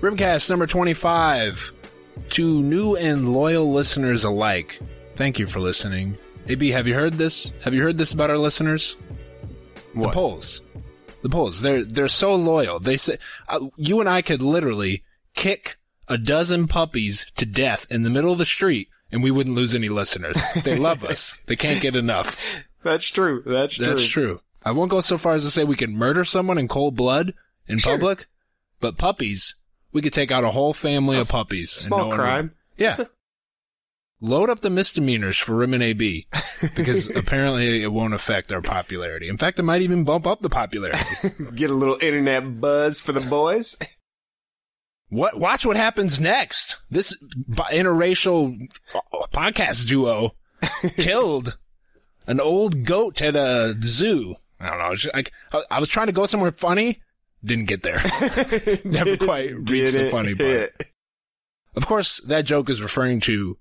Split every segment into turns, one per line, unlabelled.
Grimcast number 25. To new and loyal listeners alike, thank you for listening. AB, have you heard this? Have you heard this about our listeners? The
What?
polls. The polls. They're, they're so loyal. They say, uh, you and I could literally kick a dozen puppies to death in the middle of the street and we wouldn't lose any listeners. They love us. They can't get enough.
That's true. That's true.
That's true. I won't go so far as to say we can murder someone in cold blood in
Sure.
public, but puppies, we could take out a whole family of puppies. and no
Small
one would-
crime.
yeah.
It's a-
Load up the misdemeanors for Rim and AB because apparently it won't affect our popularity. In fact, it might even bump up the popularity.
Get a little internet buzz for the boys.
What? Watch what happens next. This bi- interracial uh, podcast duo killed an old goat at a zoo. I don't know. It's just like, I, I was trying to go somewhere funny, didn't get there. Never quite reached the
Didn't
funny part.
hit.
Of course, that joke is referring to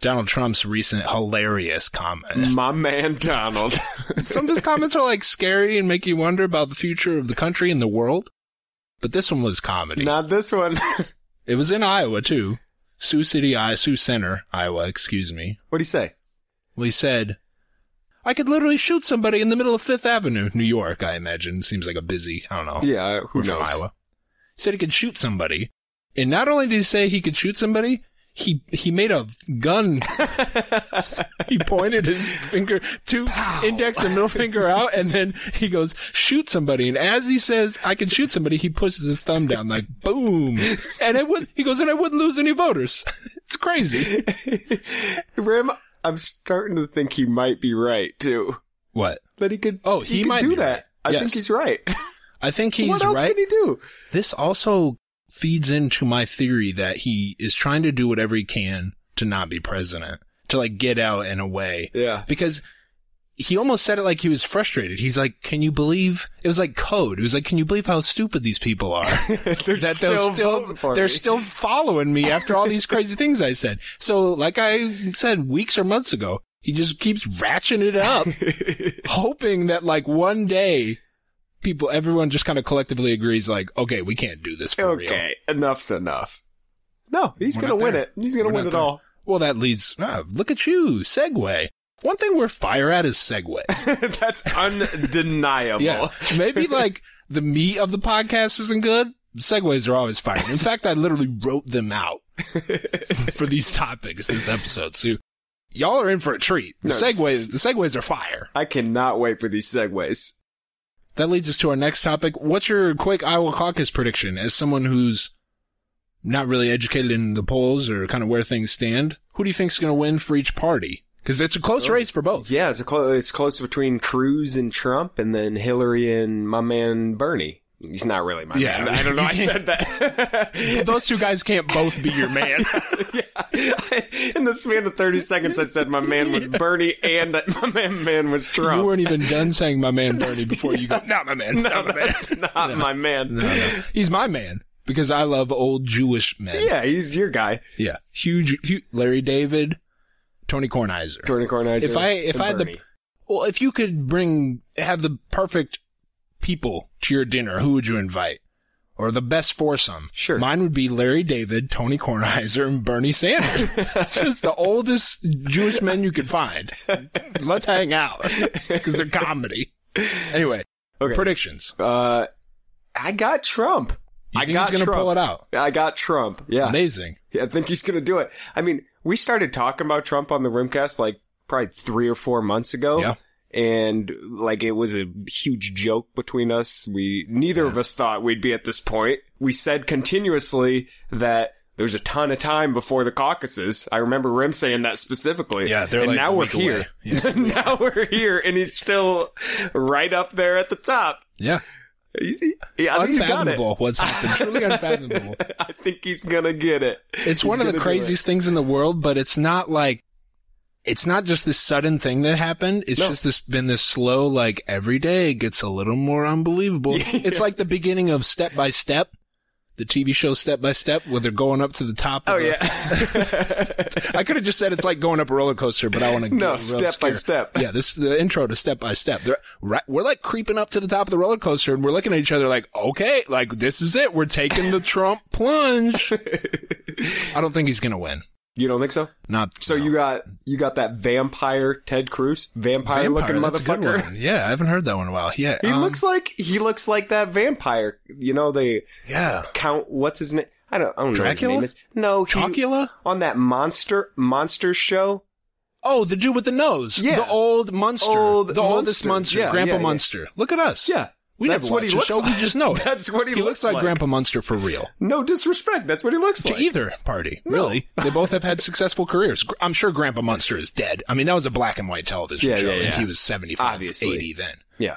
Donald Trump's recent hilarious comment.
My man Donald.
Some of his comments are like scary and make you wonder about the future of the country and the world. But this one was comedy.
Not this one.
It was in Iowa too. Sioux City, I Sioux Center, Iowa, excuse me.
What'd he say?
Well, he said, I could literally shoot somebody in the middle of Fifth Avenue, New York, I imagine. Seems like a busy, I don't know.
Oh, Yeah, who
We're
knows?
from Iowa. He said he could shoot somebody. And not only did he say he could shoot somebody, he, he made a gun. he pointed his finger to index and middle finger out. And then he goes, shoot somebody. And as he says, I can shoot somebody, he pushes his thumb down like boom. And it would, he goes, and I wouldn't lose any voters. it's crazy.
Rim, I'm starting to think he might be right too.
What?
That he could.
Oh, he
could
might
do
be
that.
right.
I
Yes.
think he's right.
I think he's
what else
right.
can he do?
This also feeds into my theory that he is trying to do whatever he can to not be president, to like get out in a way.
Yeah.
Because he almost said it like he was frustrated. He's like, can you believe? It was like code. It was like, can you believe how stupid these people are?
they're
That
still,
they're still,
voting for
they're
me.
still following me after all these crazy things I said. So like I said weeks or months ago, he just keeps ratcheting it up hoping that like one day people everyone just kind of collectively agrees like okay we can't do this for real
okay. Enough's enough. No, he's
We're
gonna
not
win
there.
it. He's gonna
We're
win
not
it
there.
all.
well that leads ah, look at you segue one thing we're fire at is segue
That's undeniable.
yeah maybe like the meat of the podcast isn't good segues are always fire in fact i literally wrote them out for these topics this episode so y'all are in for a treat the
No,
segues the segues are fire
I cannot wait for these segues.
That leads us to our next topic. What's your quick Iowa caucus prediction as someone who's not really educated in the polls or kind of where things stand? Who do you think's going to win for each party? Because it's a close race for both.
Yeah, it's a clo- it's close between Cruz and Trump, and then Hillary and my man Bernie. He's not really my
Yeah,
man. I don't know. I said that.
Those two guys can't both be your man.
In the span of 30 seconds, I said my man was Bernie and that my man, man was Trump.
you weren't even done saying my man Bernie before you go, not my man.
no,
not my man.
that's not my man.
No, no. He's my man because I love old Jewish men.
Yeah, he's your guy.
Yeah. Huge, huge Larry David, Tony Kornheiser.
Tony Kornheiser.
If I- if
and
I had the-
Bernie.
Well, if you could bring have the perfect people to your dinner, who would you invite? Or the best foursome?
Sure.
Mine would be Larry David, Tony Kornheiser, and Bernie Sanders. Just the oldest Jewish men you could find. Let's hang out because they're comedy. Anyway,
Okay.
predictions.
uh, I got Trump.
You
I
think
got
he's gonna
Trump.
pull it out?
I got Trump. Yeah.
Amazing.
Yeah, I think he's going to do it. I mean, we started talking about Trump on the Rimcast like probably three or four months ago.
Yeah.
And like it was a huge joke between us. We, neither of us thought we'd be at this point. We said continuously that there's a ton of time before the caucuses. I remember Rim saying that specifically.
Yeah, they're
and
like a
now we're
week away.
here. now we're here and he's still right up there at the top.
Yeah.
He's, he, I think he's got it.
Unfathomable what's happened. Truly unfathomable.
I think he's going to get it.
It's
He's
one of the
gonna do it.
craziest things in the world, but it's not like it's not just this sudden thing that happened. It's
No.
just this been this slow, like every day it gets a little more unbelievable. It's like the beginning of step by step. the TV show Step by Step where they're going up to the top. Of
Oh
the-
yeah.
I could have just said it's like going up a roller coaster, but I want to
No, Step by Step.
Yeah, this is the intro to Step by Step. They're, right, we're like creeping up to the top of the roller coaster, and we're looking at each other like, okay, like this is it. We're taking the Trump plunge. I don't think he's gonna win.
you don't think so?
Not
So you got you got that vampire Ted Cruz, vampire, looking
that's a good
motherfucker.
one. Yeah, I haven't heard that one in a while. Yeah,
He
um,
looks like he looks like that vampire. You know the
Yeah,
count. What's his name? I don't. I don't
Dracula?
know what his name is. No, he-
Chocula.
on that monster monster show.
Oh, the dude with the nose.
Yeah.
the old monster,
Old
the oldest
Munster.
monster,
Yeah,
Grandpa
yeah, yeah.
Munster. Look at us.
Yeah,
we
that's
never
what
watched
he
the
looks
show.
like.
We just know it.
That's what he,
He looks like Grandpa Munster for real.
No disrespect. That's what he looks
to
like.
either party, really. They both have had successful careers. Gr- I'm sure Grandpa Munster is dead. I mean, that was a black and white television
Yeah,
show,
yeah,
and
yeah.
he was 75,
Obviously.
80 then.
Yeah.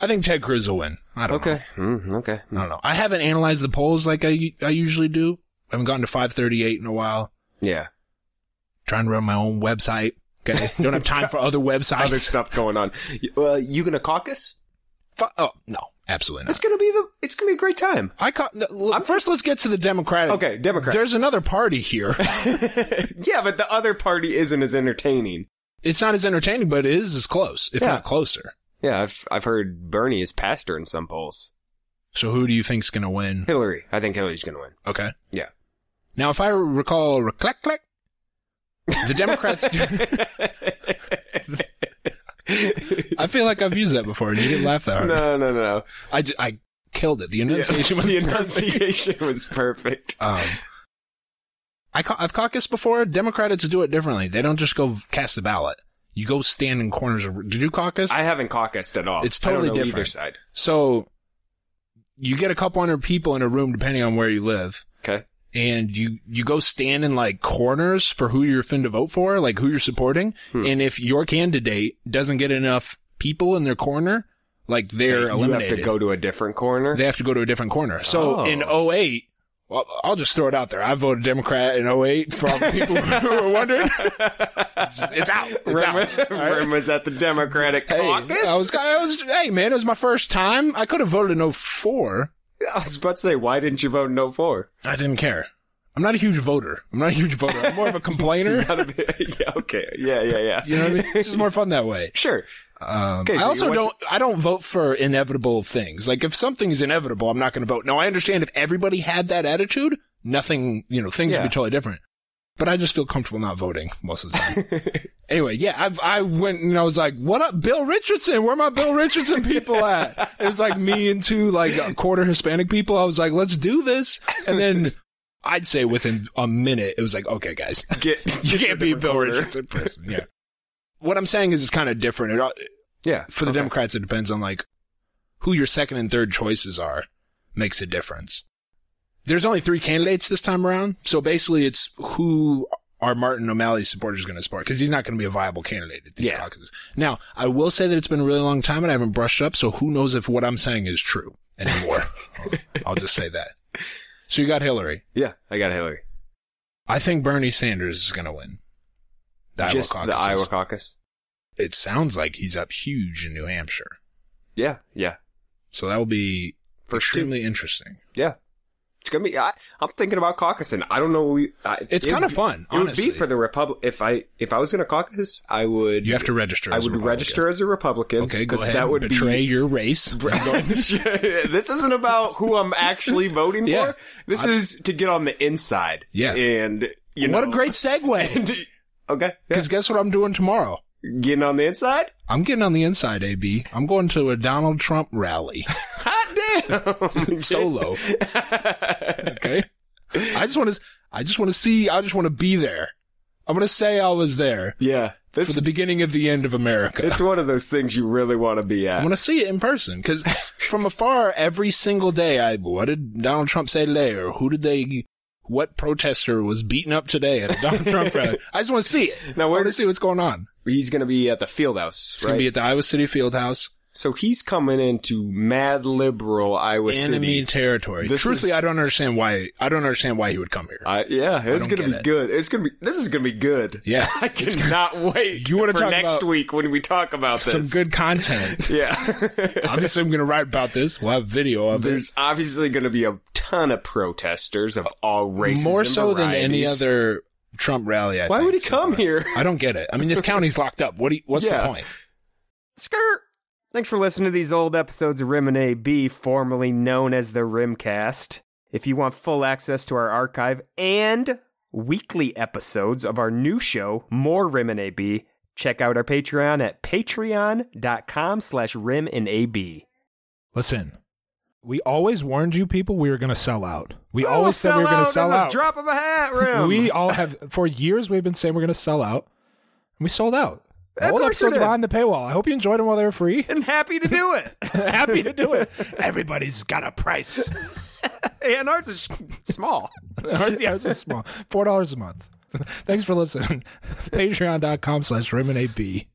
I think Ted Cruz will win. I don't
Okay. Mm, okay.
know. I don't know. I haven't analyzed the polls like I I usually do. I haven't gotten to 538 in a while.
Yeah.
Trying to run my own website. Okay. Don't have time for other websites.
Other stuff going on. Y- Uh, you gonna caucus?
Fu- oh, no. Absolutely
It's
not.
gonna be the. It's gonna be a great time.
I caught, first let's get to the Democratic.
Okay, Democrat.
There's another party here.
yeah, but the other party isn't as entertaining.
it's not as entertaining, but it is as close, if
Yeah.
not closer.
Yeah, I've I've heard Bernie is pastor in some polls.
So who do you think's going to win?
Hillary, I think Hillary's gonna win.
Okay.
Yeah.
Now, if I recall, click click, the Democrats. I feel like I've used that before, and you didn't laugh that hard.
No, no, no.
I, ju- I killed it. The enunciation was
the enunciation was perfect.
Um, I ca- I've caucused before. Democrats do it differently. They don't just go v- cast a ballot. You go stand in corners of. Did you caucus?
I haven't caucused at all.
It's
I don't
totally
know Either
different.
side.
so you get a couple hundred people in a room, depending on where you live.
Okay.
and you you go stand in like corners for who you're fin to vote for, like who you're supporting.
Hmm.
And if your candidate doesn't get enough people in their corner, like they're
you
eliminated.
have to go to a different corner.
They have to go to a different corner. So
Oh.
in 08, well, I'll just throw it out there. I voted Democrat in 08 for all the people who were wondering. It's, it's out. It's
Rim,
out. All right?
Rim was at the Democratic
Hey,
caucus.
I was, I was, hey man, it was my first time. I could have voted in 04.
I was about to say, why didn't you vote no for?
I didn't care. I'm not a huge voter. I'm not a huge voter. I'm more of a complainer.
Gotta be- yeah, okay. Yeah, yeah, yeah.
You know what I mean? It's just more fun that way.
Sure.
Um,
Okay,
I
so
also
you
don't.
want
I don't vote for inevitable things. Like if something's inevitable, I'm not going to vote. Now I understand if everybody had that attitude, nothing. You know, things
Yeah.
would be totally different. But I just feel comfortable not voting most of the time. anyway, yeah, I've, I went and I was like, "What up, Bill Richardson? Where my Bill Richardson people at?" It was like me and two like a quarter Hispanic people. I was like, "Let's do this," and then. I'd say within a minute, it was like, okay, guys,
Get,
you
get
can't
the
be Bill
recorder.
Richardson person. Yeah. What I'm saying is it's kind of different. It, all-
Yeah.
for the
okay.
Democrats, it depends on like who your second and third choices are makes a difference. There's only three candidates this time around, so basically it's who are Martin O'Malley's supporters going to support because he's not going to be a viable candidate at these
Yeah.
caucuses. Now, I will say that it's been a really long time and I haven't brushed up, so who knows if what I'm saying is true anymore? I'll just say that. So you got Hillary.
Yeah, I got Hillary.
I think Bernie Sanders is going to win. The Iowa
Just the
caucuses.
Iowa caucus.
It sounds like he's up huge in New Hampshire,
Yeah, yeah.
so that will be
For
extremely interesting.
sure. Yeah. It's gonna be. I, I'm thinking about caucusing. I don't know. We, I,
It's
it
kind of
would-
fun,
It would
honestly.
be for the republic. If I if I was gonna caucus, I would.
You have to register.
I
as a
would
Republican.
register as a Republican.
Okay, go
because
ahead.
That would
betray
be.
your race.
this isn't about who I'm actually voting
Yeah.
for. This is to get on the inside.
Yeah.
and you know
what a great segue!
And, okay, yeah.
Because guess what I'm doing tomorrow?
getting on the inside.
I'm getting on the inside, AB. I'm going to a Donald Trump rally
Hot damn!
solo. okay. I just want to. I just want to see. I just want to be there. I'm going to say I was there
yeah,
for
that's
the beginning of the end of America.
It's one of those things you really want to be
I
at.
want to see it in person because from afar, every single day, I what did Donald Trump say today, or who did they, what protester was beaten up today at a Donald Trump rally? I just want to see it.
Now,
I
where
want to
did-
see what's going on.
He's going to be at the field house,
It's
right?
gonna be at the Iowa City Fieldhouse,
so he's coming into mad liberal Iowa
enemy
City.
territory.
This
Truthfully,
is-
I don't understand why. I don't understand why he would come here.
I, yeah, it's
don't
going to
get
be
it.
good. It's going to be. This is going to be good.
Yeah.
I cannot wait.
You wanna
for
talk
next
about
week when we talk about this?
Some good content.
Yeah.
Obviously, I'm gonna write about this. We'll have video of it.
There's obviously going to be a
ton of protesters of all races,
More
and
so than any
varieties.
other Trump rally. I
Why
think,
would he
so
come
far.
here?
I don't get it. I mean, this county's locked up. What? Do you, what's
Yeah.
the point?
Skirt.
Thanks for listening to these old episodes of Rim and AB, formerly known as the Rimcast. If you want full access to our archive and weekly episodes of our new show, More Rim and AB, check out our Patreon at patreon.com slash rim and AB.
Listen, we always warned you people we were going to sell out. We always said we were
going to
sell out.
drop of a hat, Rim.
We all have for years we've been saying we're going to sell out, and we sold out.
Of
All
course you
episodes
did.
behind the paywall. I hope you enjoyed them while they were free.
and happy to do it.
Happy to do it. Everybody's got a price.
and ours is small.
Ours- yeah, ours is small. Four dollars a month. Thanks for listening. Patreon.com slash Raymond AB.